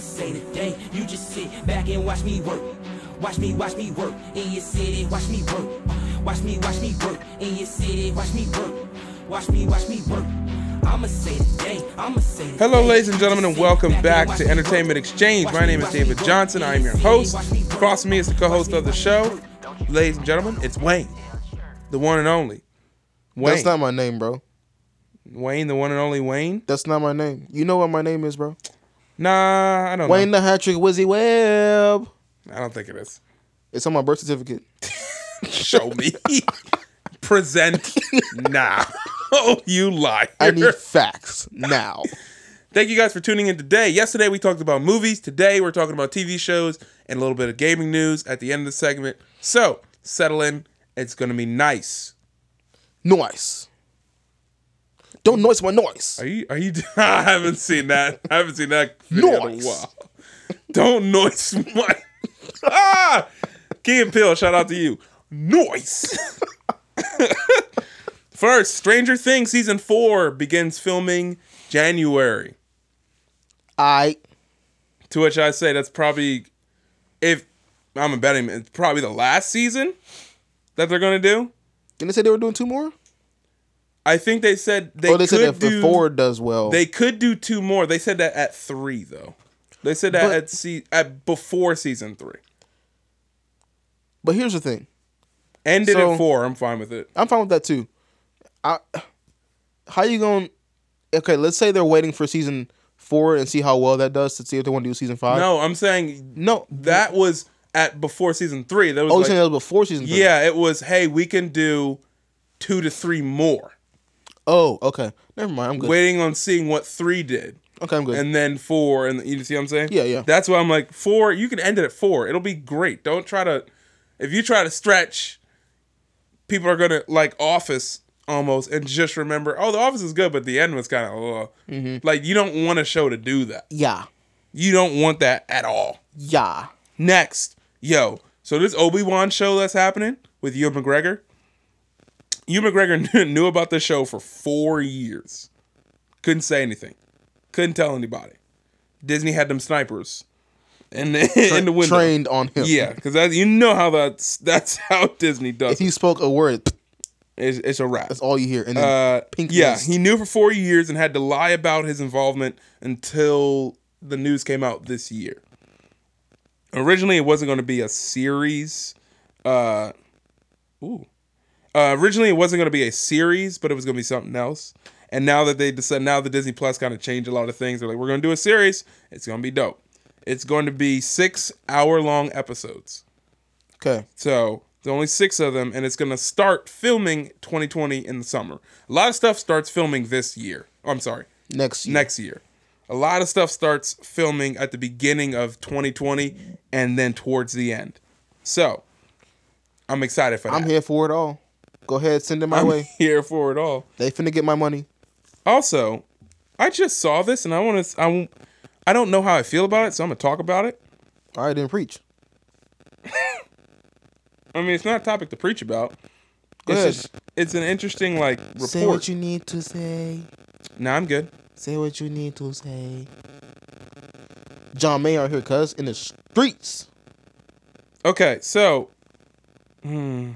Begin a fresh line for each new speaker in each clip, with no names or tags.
day. You just sit back and watch me work. Watch me, watch me work in your city. Watch me work. Watch me, watch me work in your city. Watch me work. Watch me, watch me work. I'ma say today. I'ma say. today.
Hello, ladies and gentlemen, and
Just sit
welcome back
watch
to
me work.
Entertainment Exchange.
Watch
My
me,
name is
watch me
David
work
Johnson.
in
I am your
city.
host.
Watch me work.
Across from me is the co host
Watch me,
of the
watch me
show.
work.
Ladies and gentlemen, it's Wayne, the one and only. Wayne.
That's not my name, bro.
Wayne, the one and only Wayne.
That's not my name. You know what my name is, bro.
Nah, I don't
Wayne
know.
the Hat Trick Wizzy Web.
I don't think it is.
It's on my birth certificate.
Show me. Present now. Oh, you lie.
I need facts now.
Thank you guys for tuning in today. Yesterday we talked about movies. Today we're talking about TV shows and a little bit of gaming news at the end of the segment. So settle in. It's gonna be nice.
Noise. Don't noise my noise.
Are you? Are you? I haven't seen that. I haven't seen that video in
Noise.
a while. Don't noise my. ah, Key and Pill. Shout out to you. Noise. First, Stranger Things season four begins filming January.
I
To which I say that's probably, if I'm a betting, man, it's probably the last season that they're gonna do.
didn't they say they were doing two more?
I think they said they,
oh, they
could
said if
do
the four does well.
They could do two more. They said that at three though. They said that
But-
at se- at before season three.
but here's the thing.
Ended
So-
at four. I'm fine with it.
I'm fine with that too. I how you going to Okay, let's say they're waiting for season 4 and see how well that does to see if they want to do season 5.
No, I'm saying
No.
that was at before season three. That was
Oh, you're
like-
saying that was before season 3.
yeah, it was. Hey, we can do two to three more.
Oh, okay. Never mind. I'm good.
Waiting on seeing what three did.
Okay, I'm good.
and then four, and you see what I'm saying?
Yeah, yeah.
That's why I'm like four. You can end it at four. It'll be great. Don't try to. If you try to stretch, people are gonna like Office almost, and just remember, oh, the Office is good, but the end was kind of
Mm-hmm.
like you don't want a show to do that.
yeah.
You don't want that at all.
Yeah.
Next, yo. So this Obi Wan show that's happening with Ewan McGregor. Ewan McGregor knew about the show for four years. Couldn't say anything. Couldn't tell anybody. Disney had them snipers in the, in the window.
Trained on him.
Yeah, because you know how that's that's how Disney
If
does. It.
he spoke a word,
It's, it's a wrap.
that's all you hear. And then
Uh,
pink
yeah,
mist.
he knew for four years and had to lie about his involvement until the news came out this year. Originally, it wasn't going to be a series. Uh, ooh. Uh, originally, it wasn't going to be a series, but it was going to be something else. And now that they decided, now the Disney Plus kind of changed a lot of things. They're like, we're going to do a series. It's going to be dope. It's going to be six hour long episodes.
okay.
So there's only six of them, and it's gonna start filming 2020 in the summer. A lot of stuff starts filming this year. Oh, I'm sorry,
Next year.
next year. A lot of stuff starts filming at the beginning of 2020 and then towards the end. So I'm excited for that.
I'm here for it all. Go ahead, send it my
I'm
way.
here for it all.
They finna get my money.
Also, I just saw this, and I want to. I, I don't know how I feel about it, so I'm gonna talk about it.
All right, then preach.
I mean, it's not a topic to preach about. It's
Good.
just, it's an interesting like report.
Say what you need to say.
now I'm good.
Say what you need to say. John May out here, cuz, in the streets.
Okay, so, hmm,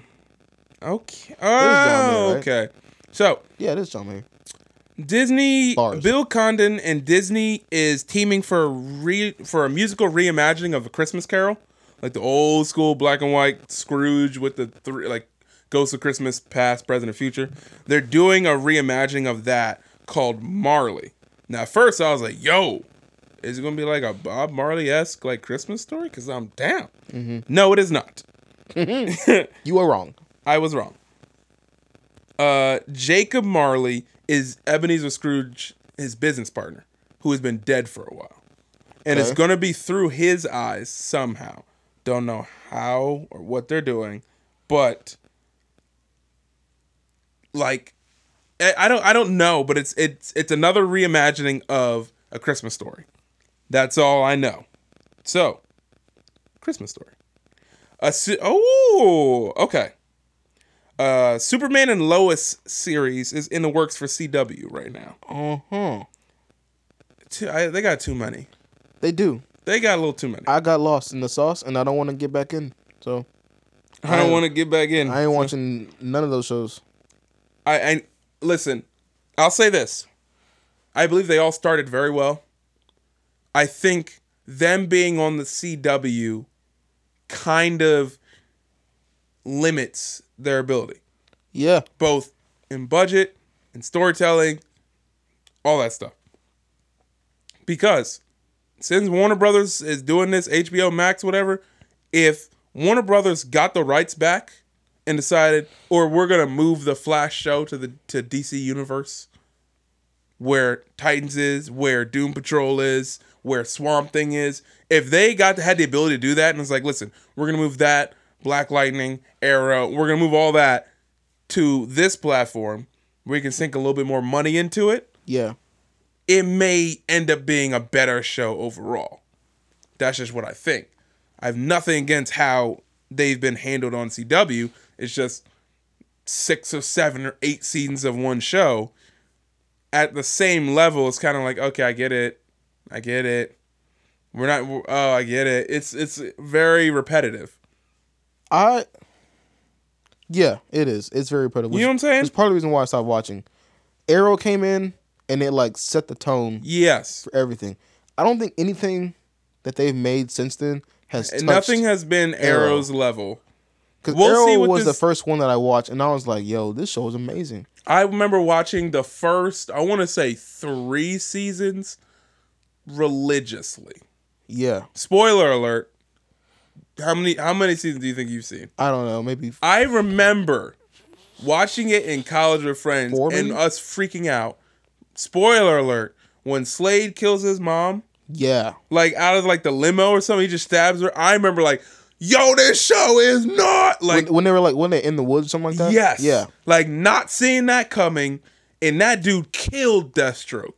okay,
on
oh,
there, right?
okay, so
Yeah, this John May.
Disney,
Bars.
Bill Condon, and Disney is teaming for a re, for a musical reimagining of A Christmas Carol, like the old school black and white Scrooge with the three like Ghosts of Christmas Past, Present, and Future. They're doing a reimagining of that called Marley. Now, at first I was like, "Yo, is it gonna be like a Bob Marley esque like Christmas story?" Because I'm down.
Mm-hmm.
No, it is not.
You are wrong.
I was wrong. Uh, Jacob Marley is Ebenezer Scrooge, his business partner, who has been dead for a while. And it's
Okay.
going to be through his eyes somehow. Don't know how or what they're doing, but like I I don't I don't know, but it's it's it's another reimagining of a Christmas story. That's all I know. So, Christmas story. A su- oh, okay. Uh, Superman and Lois series is in the works for CW right now.
Uh huh.
Too, I, they got too many.
They do.
They got a little too many. I,
I got lost in the sauce, and I don't want to get back in. So
don't
I-
want to get back in.
I ain't watching none of those shows.
I, I listen. I'll say this. I believe they all started very well. I think them being on the CW kind of limits their ability,
Yeah,
both in budget and storytelling, all that stuff. Because since Warner Brothers is doing this, HBO Max, whatever, if Warner Brothers got the rights back and decided, or we're gonna move the Flash show to the to DC Universe, where Titans is, where Doom Patrol is, where Swamp Thing is, if they got had the ability to do that, and it's like, listen, we're gonna move that Black Lightning, Arrow, we're gonna move all that to this platform, we can sink a little bit more money into it
yeah.
it may end up being a better show overall. That's just what I think. I have nothing against how they've been handled on CW. It's just six or seven or eight seasons of one show at the same level. It's kind of like, okay, I get it. I get it. We're not. Oh, I get it. It's it's very repetitive.
I. Yeah, it is. It's very repetitive.
You know what I'm saying?
It's part of the reason why I stopped watching. Arrow came in and it like set the tone
Yes.
for everything. I don't think anything that they've made since then has touched.
And nothing has been
Arrow.
Arrow's level.
Because
we'll
Arrow
see what
was the
this-
first one that I watched, and I was like, "Yo, this show is amazing."
I remember watching the first, I want to say three seasons religiously.
Yeah,
Spoiler alert. How many how many seasons do you think you've seen?
I don't know, maybe
I remember watching it in college with friends
Four,
and
maybe?
us freaking out. Spoiler alert. When Slade kills his mom,
yeah,
like out of like the limo or something, he just stabs her. I remember like, yo, this show is not like
when, when they were like when they in the woods, something like that.
Yes.
yeah,
Like not seeing that coming, and that dude killed Deathstroke,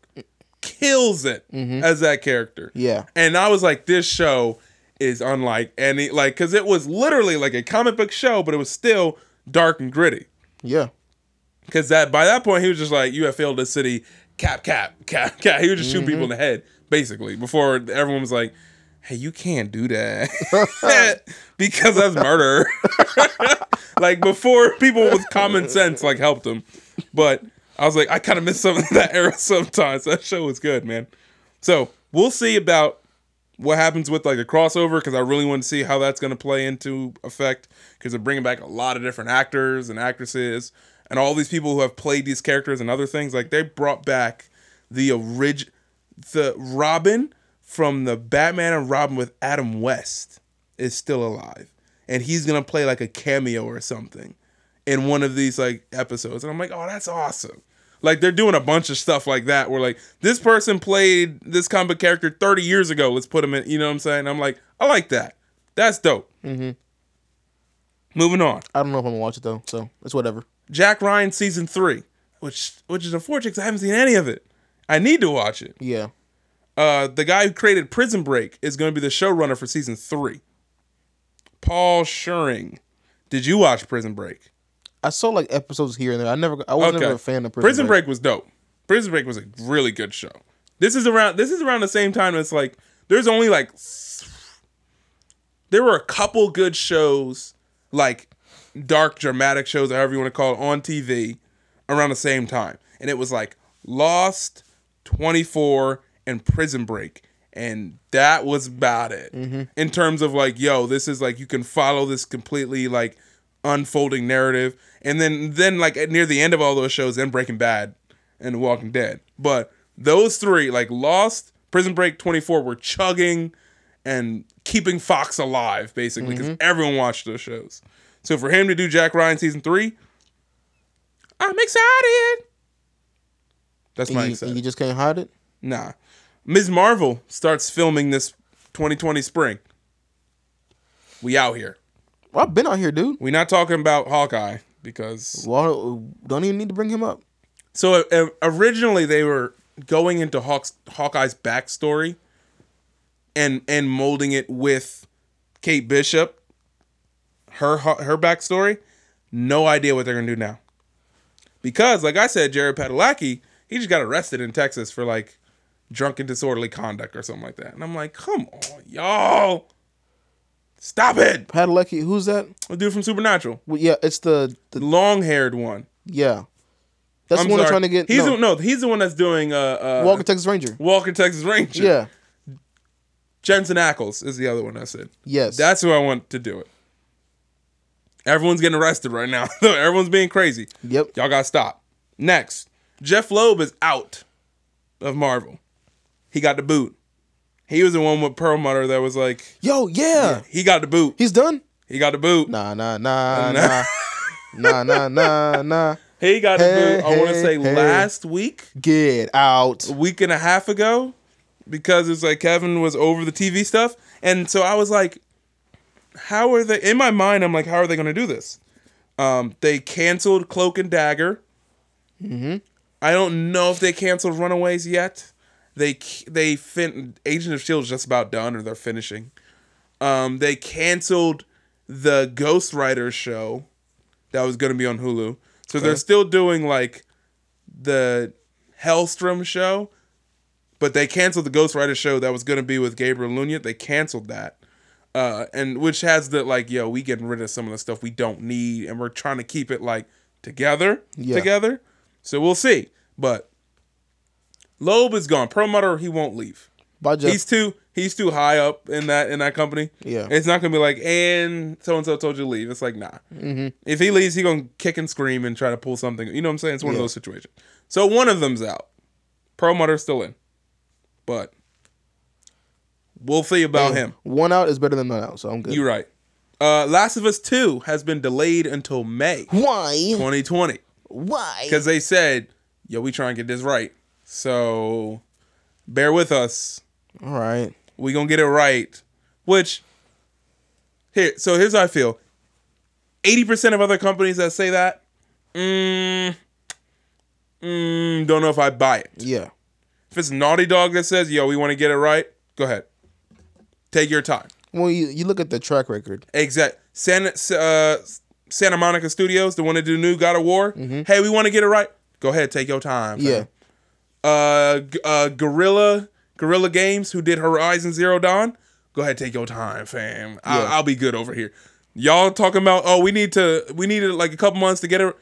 kills it as that character.
Yeah.
And I was like, this show is unlike any like because it was literally like a comic book show, but it was still dark and gritty.
yeah,
Because that by that point he was just like, you have failed this city, cap cap cap cap. He would just shoot people in the head basically before everyone was like. Hey, you can't do that because that's murder. like before, people with common sense like helped him, but I was like, I kind of miss some of that era sometimes. That show was good, man. So we'll see about what happens with like a crossover because I really want to see how that's going to play into effect because they're bringing back a lot of different actors and actresses and all these people who have played these characters and other things. Like they brought back the orig, the Robin from the Batman and Robin with Adam West is still alive and he's gonna play like a cameo or something in one of these like episodes and i'm like oh that's awesome like they're doing a bunch of stuff like that where like this person played this comic book character 30 years ago let's put him in you know what i'm saying i'm like i like that that's dope mm-hmm. moving on
I don't know if I'm gonna watch it though, so it's whatever.
jack ryan season 3 which which is unfortunate 'cause i haven't seen any of it i need to watch it
Yeah,
uh, the guy who created Prison Break is going to be the showrunner for season three. Paul Shuring. Did you watch Prison Break?
I saw like episodes here and there. I never, I was never a fan of Prison, Break.
Break. was dope. Prison Break was a really good show. This is around. This is around the same time. It's like there's only like th- there were a couple good shows, like dark dramatic shows, or however you want to call it, on TV around the same time, and it was like Lost, Twenty Four, and Prison Break. And that was about it
Mm-hmm.
in terms of like, yo, this is like you can follow this completely like unfolding narrative and then then like at near the end of all those shows then breaking bad and The walking dead but those three like lost prison break 24 were chugging and keeping fox alive basically because
Mm-hmm.
everyone watched those shows so for him to do jack ryan season three i'm excited that's my
And you, and
excitement
you just can't hide it.
nah ms marvel starts filming this 2020 spring we out here
Well, I've been out here, dude.
we're not talking about hawkeye because
Well, don't even need to bring him up.
So uh, originally they were going into Hawk's, Hawkeye's backstory and and molding it with Kate Bishop, her her backstory. No idea what they're gonna do now, because like I said, Jared Padalecki he just got arrested in Texas for like drunken disorderly conduct or something like that. And I'm like, come on, y'all. Stop it.
Padalecki, who's that?
The dude from Supernatural.
Well, yeah, it's the, the
Long haired one.
yeah. That's
I'm
the one
sorry.
that's trying to get.
He's
no,
the, no, he's the one that's doing uh, uh
Walker Texas Ranger.
Walker, Texas Ranger.
Yeah.
Jensen Ackles is the other one I said.
Yes.
That's who I want to do it. Everyone's getting arrested right now. Everyone's being crazy.
Yep.
Y'all gotta stop. Next, Jeff Loeb is out of Marvel. He got the boot. He was the one with Perlmutter that was like,
Yo, yeah.
he got the boot.
He's done.
He got the boot.
Nah, nah, nah,
Nah.
nah, nah, nah, nah, nah.
He got the
Hey,
boot. I want to
hey,
say
hey.
last week,
Get out.
a week and a half ago, because it's like Kevin was over the TV stuff, and so I was like, how are they? In my mind, I'm like, how are they going to do this? Um, they canceled Cloak and Dagger. I don't know if they canceled Runaways yet. They c- they fin- Agent of Shield E is just about done, or they're finishing. Um, they canceled the Ghost Rider show that was going to be on Hulu. So they're still doing like the Hellstrom show, but they canceled the Ghost Rider show that was going to be with Gabriel Luna. They canceled that. Uh, and which has the like, yo, we getting rid of some of the stuff we don't need, and we're trying to keep it like together,
Yeah.
together. So we'll see. But Loeb is gone. Perlmutter, he won't leave.
Bye, Jeff.
He's too he's too high up in that in that company.
Yeah.
it's not gonna be like and so and so told you to leave. It's like nah. Mm-hmm. If he leaves, he gonna kick and scream and try to pull something. You know what I'm saying? It's one of
Yeah.
those situations. So one of them's out. Perlmutter's still in, but we'll see about him.
One out is better than none out, so I'm good.
You're right. Uh, Last of Us Two has been delayed until May
Why?
2020
Why?
because they said, "Yo, we trying to get this right." So bear with us.
All right.
we gonna get it right. Which here, so here's how I feel. Eighty percent of other companies that say that, mm, mm, don't know if I buy it.
Yeah.
If it's Naughty Dog that says, "Yo, we want to get it right," go ahead, take your time.
Well, you, you look at the track record.
Exact. Santa uh, Santa Monica Studios, the one that do new God of War. Hey, we want to get it right. Go ahead, take your time. fam.
Yeah.
uh, G- uh, Gorilla Gorilla Games, who did Horizon Zero Dawn. Go ahead, take your time, fam. I-
Yeah.
I'll be good over here. Y'all talking about? Oh, we need to. We needed like a couple months to get it.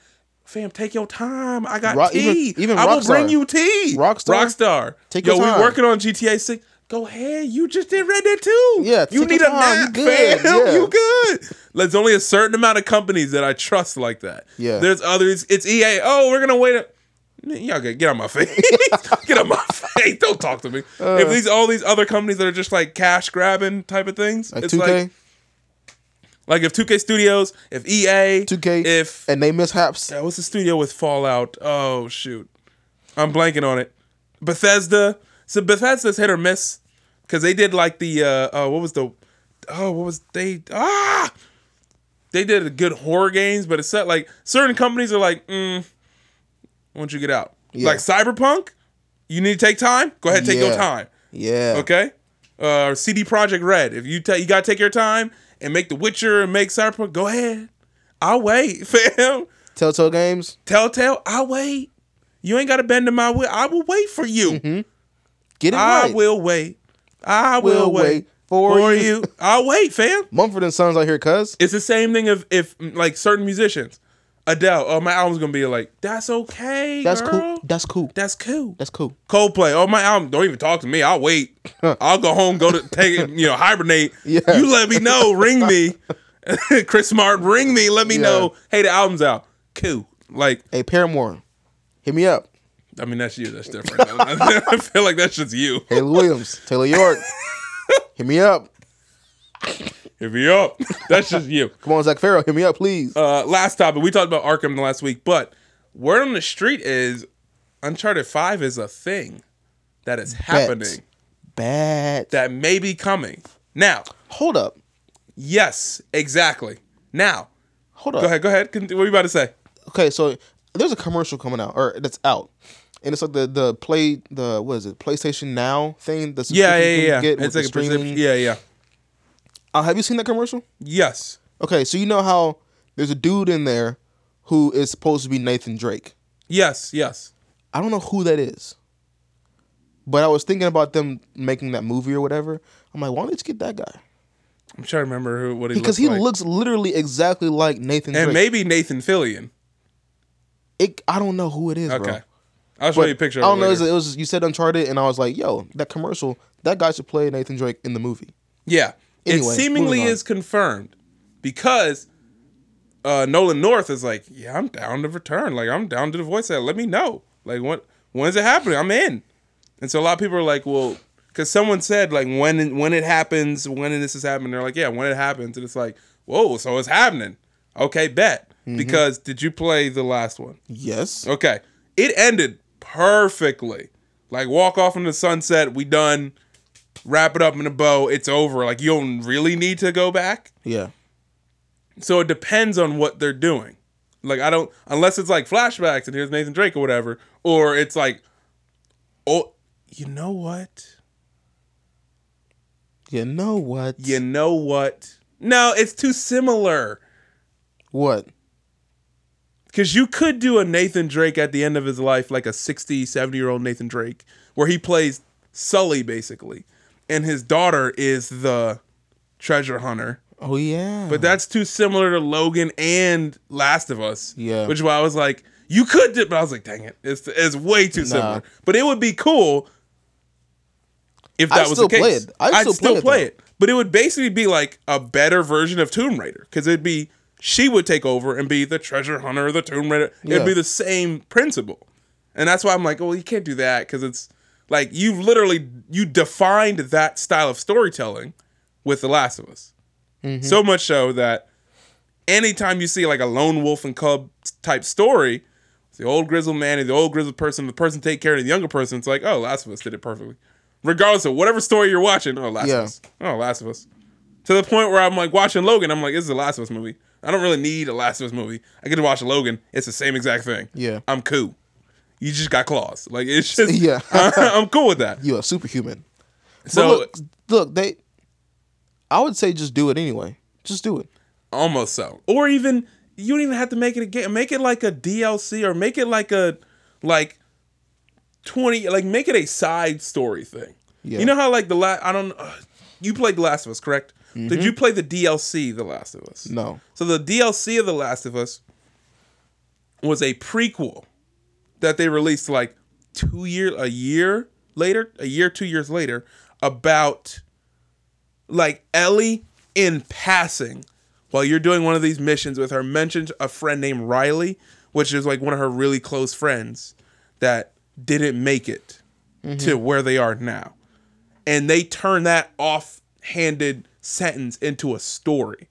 Fam, take your time. I got
Ro-
tea.
even- even
I will
Rockstar.
bring you tea.
Rockstar?
Rockstar.
Take
Yo,
your time.
we working on GTA Six. Go ahead. You just did Red Dead Two.
Yeah,
You
take
need a
your time. You
nap,
good,
fam.
yeah.
You good. There's only a certain amount of companies that I trust like that.
Yeah.
There's others. It's EA. Oh, we're gonna wait. A- Man, Y'all get get out my face. get out my face. Don't talk to me. if these all these other companies that are just like cash grabbing type of things,
Like
it's
2K,
like like if 2K Studios, if EA,
2K,
if
and they mishaps.
uh, what's the studio with Fallout? Oh shoot, I'm blanking on it. Bethesda. So Bethesda's hit or miss because they did like the uh, uh what was the oh what was they ah they did good horror games, but it's set like certain companies are like mm, once you get out
Yeah.
like Cyberpunk, you need to take time. Go ahead, take your
Yeah.
time.
Yeah.
Okay. Uh, CD Project Red. If you ta- you gotta take your time and make The Witcher and make Cyberpunk, go ahead. I'll wait, fam.
Telltale Games.
Telltale, I wait. You ain't got to bend to my will. I will wait for you.
Get it
I
Mm-hmm. right.
will wait. I will,
Will
wait,
wait
for,
for
you.
you.
I'll wait, fam.
Mumford and Sons out here, cuz.
It's the same thing if, if like certain musicians, Adele. Oh, my album's gonna be like, that's okay,
That's
girl.
cool. That's cool.
That's cool.
That's cool.
Coldplay. Oh my album. Don't even talk to me. I'll wait. I'll go home. Go to take it. You know, hibernate.
Yeah.
You let me know. Ring me. Chris Martin. Ring me. Let me
Yeah.
know. Hey, the album's out. Cool. Like
Hey, Paramore, hit me up.
I mean, that's you. That's different. I feel like that's just you.
Haley Williams, Taylor York, hit me up.
If you're up, that's just you.
Come on, Zach Farrow, hit me up, please.
Uh, last topic. We talked about Arkham last week, but word on the street is Uncharted 5 is a thing that is happening,
Bad.
that may be coming. Now,
Hold up.
yes, exactly. Now,
Hold up.
go ahead. Go ahead. Con- What were you about to say?
Okay, so there's a commercial coming out, or that's out, and it's like the the play the what is it PlayStation Now thing? The
Yeah,
subscription you
yeah,
can
yeah.
get with
It's
the
like a
streaming.
perception. Yeah, yeah.
Uh, have you seen that commercial?
Yes.
Okay, so you know how there's a dude in there who is supposed to be Nathan Drake.
Yes, yes.
I don't know who that is, But I was thinking about them making that movie or whatever. I'm like, why don't they just get that guy?
I'm trying to remember who, what he
Because
looks
he
like.
looks literally exactly like Nathan.
and
Drake.
maybe Nathan Fillion.
It, I don't know who it is,
Okay,
bro.
I'll show
But
you a picture.
I don't know. It was,
Later.
it was you said Uncharted, and I was like, yo, that commercial. That guy should play Nathan Drake in the movie.
yeah,
Anyway,
it seemingly
moving on.
is confirmed because uh, Nolan North is like, yeah, I'm down to return. Like I'm down to the voice act. Let me know. Like when when's it happening? I'm in. And so a lot of people are like, well, because someone said like when when it happens, when this is happening, they're like, yeah, when it happens, and it's like, whoa, so it's happening. Okay, bet.
Mm-hmm.
Because did you play the last one?
Yes.
Okay. It ended perfectly. Like walk off in the sunset, we done. Wrap it up in a bow, it's over. Like you don't really need to go back.
Yeah.
So it depends on what they're doing. Like I don't unless it's like flashbacks and here's Nathan Drake or whatever, or it's like oh you know what?
You know what?
You know what? No, it's too similar.
What?
Because you could do a Nathan Drake at the end of his life, like a 60, 70 year old Nathan Drake, where he plays Sully, basically. And his daughter is the treasure hunter.
Oh yeah.
But that's too similar to Logan and Last of Us.
Yeah.
Which is why I was like, you could do but I was like, dang it. It's, it's way too similar. But it would be cool if
I'd
that was
still
the case.
play it. I'd still play it, though.
it. But it would basically be like a better version of Tomb Raider because it'd be she would take over and be the treasure hunter of the Tomb Raider.
Yeah.
It'd be the same principle, and that's why I'm like, well, you can't do that because it's like you've literally you defined that style of storytelling with The Last of Us,
Mm-hmm.
so much so that anytime you see like a lone wolf and cub type story. it's The old grizzled man and the old grizzled person, the person take care of the younger person. It's like, oh, Last of Us did it perfectly, regardless of whatever story you're watching. Oh, Last
Yeah.
of Us. Oh, Last of Us. To the point where I'm like watching Logan, I'm like, this is a Last of Us movie. I don't really need a Last of Us movie. I get to watch Logan. It's the same exact thing.
Yeah.
I'm cool. You just got claws. Like it's just
Yeah.
I'm cool with that.
you a superhuman. So
So
look, look, they. I would say just do it anyway. Just do it.
almost so. Or even you don't even have to make it a game. Make it like a DLC or make it like a like 20 like make it a side story thing.
Yeah.
You know how like the last I don't uh, you played The Last of Us, correct? Did you play the DLC The Last of Us?
No.
So the DLC of The Last of Us was a prequel that they released like two year a year later, a year, two years later, about like Ellie in passing while you're doing one of these missions with her mentioned a friend named Riley, which is like one of her really close friends that didn't make it to where they are now. And they turn that off-handed sentence into a story.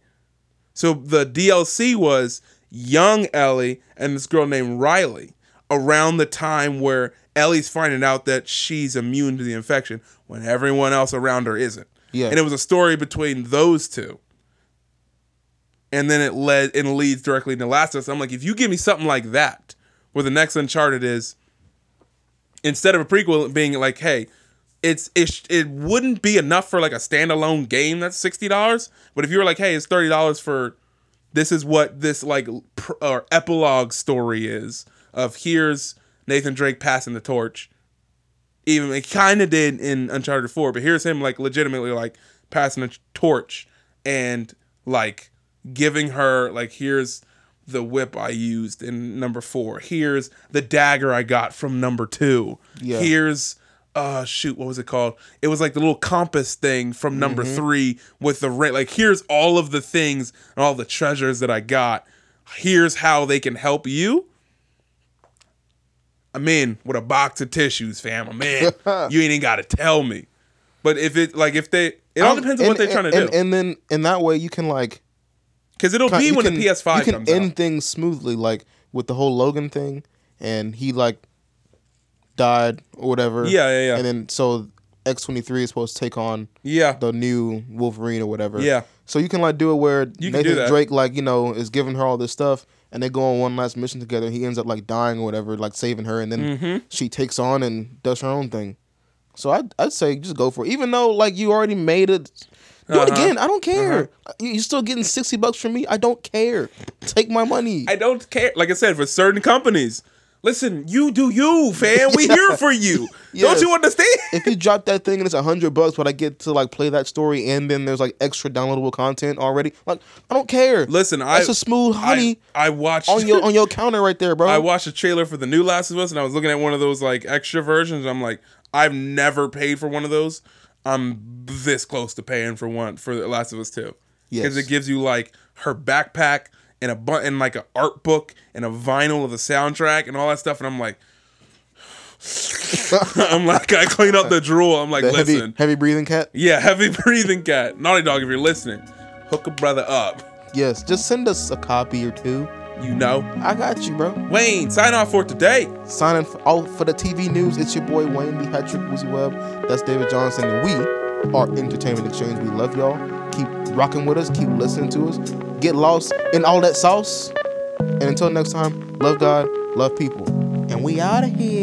So the DLC was young Ellie and this girl named Riley around the time where Ellie's finding out that she's immune to the infection when everyone else around her isn't.
Yeah.
And it was a story between those two. And then it led and leads directly into Last of Us. I'm like, if you give me something like that, where the next Uncharted is, instead of a prequel being like, hey, it's it, it wouldn't be enough for like a standalone game that's sixty dollars. But if you were like, hey, it's thirty dollars for this is what this like pr- or epilogue story is of here's Nathan Drake passing the torch. Even it kind of did in Uncharted Four, but here's him like legitimately like passing a torch and like giving her like here's the whip I used in number four. Here's the dagger I got from number two.
Yeah.
Here's uh shoot, what was it called? It was like the little compass thing from number three with the ring. Like here's all of the things and all the treasures that I got. Here's how they can help you. I'm in with a box of tissues, fam. I'm in. you ain't even gotta tell me. But if it like if they it all
Um,
depends on what
and-
they're trying to
and,
do.
And then in that way you can like
Because it'll be
you
when
can-
the PS5
you can
comes
end
out.
things smoothly, like with the whole Logan thing, and he like died or whatever.
Yeah, yeah, yeah.
And then so X twenty three is supposed to take on
Yeah.
the new Wolverine or whatever.
Yeah.
So you can like do it where
do
Nathan
that.
Drake like you know is giving her all this stuff, and they go on one last mission together. and He ends up like dying or whatever, like saving her, and then
Mm-hmm.
she takes on and does her own thing. So I'd, I'd say just go for it. Even though like you already made it, do it
Uh-huh.
again. I don't care. You- You're still getting sixty bucks from me. I don't care. Take my money.
I don't care. Like I said, for certain companies, Listen, you do you, fam. We here for you. Don't
Yes.
you understand?
if you drop that thing and it's a hundred bucks, but I get to like play that story and then there's like extra downloadable content already, like I don't care.
Listen, I
that's a smooth honey
I, I watched
on your on your counter right there, bro.
I watched a trailer for the new Last of Us, and I was looking at one of those like extra versions. And I'm like, I've never paid for one of those. I'm this close to paying for one for the Last of Us Two,
Yes.
because it gives you like her backpack and a button, and like an art book and a vinyl of the soundtrack and all that stuff. And I'm like, I'm like, I clean up the drool. I'm like,
the heavy
listen,
heavy breathing cat.
yeah, heavy breathing cat, Naughty Dog, if you're listening, hook a brother up.
Yes, just send us a copy or two.
You know,
I got you, bro.
Wayne, sign off for today.
Signing for, all for the TV news. It's your boy Wayne B. Patrick Woozy Webb. That's David Johnson, and we are Entertainment Exchange. We love y'all. Keep rocking with us. Keep listening to us. Get lost in all that sauce. And until next time, love God, love people, and we out of here.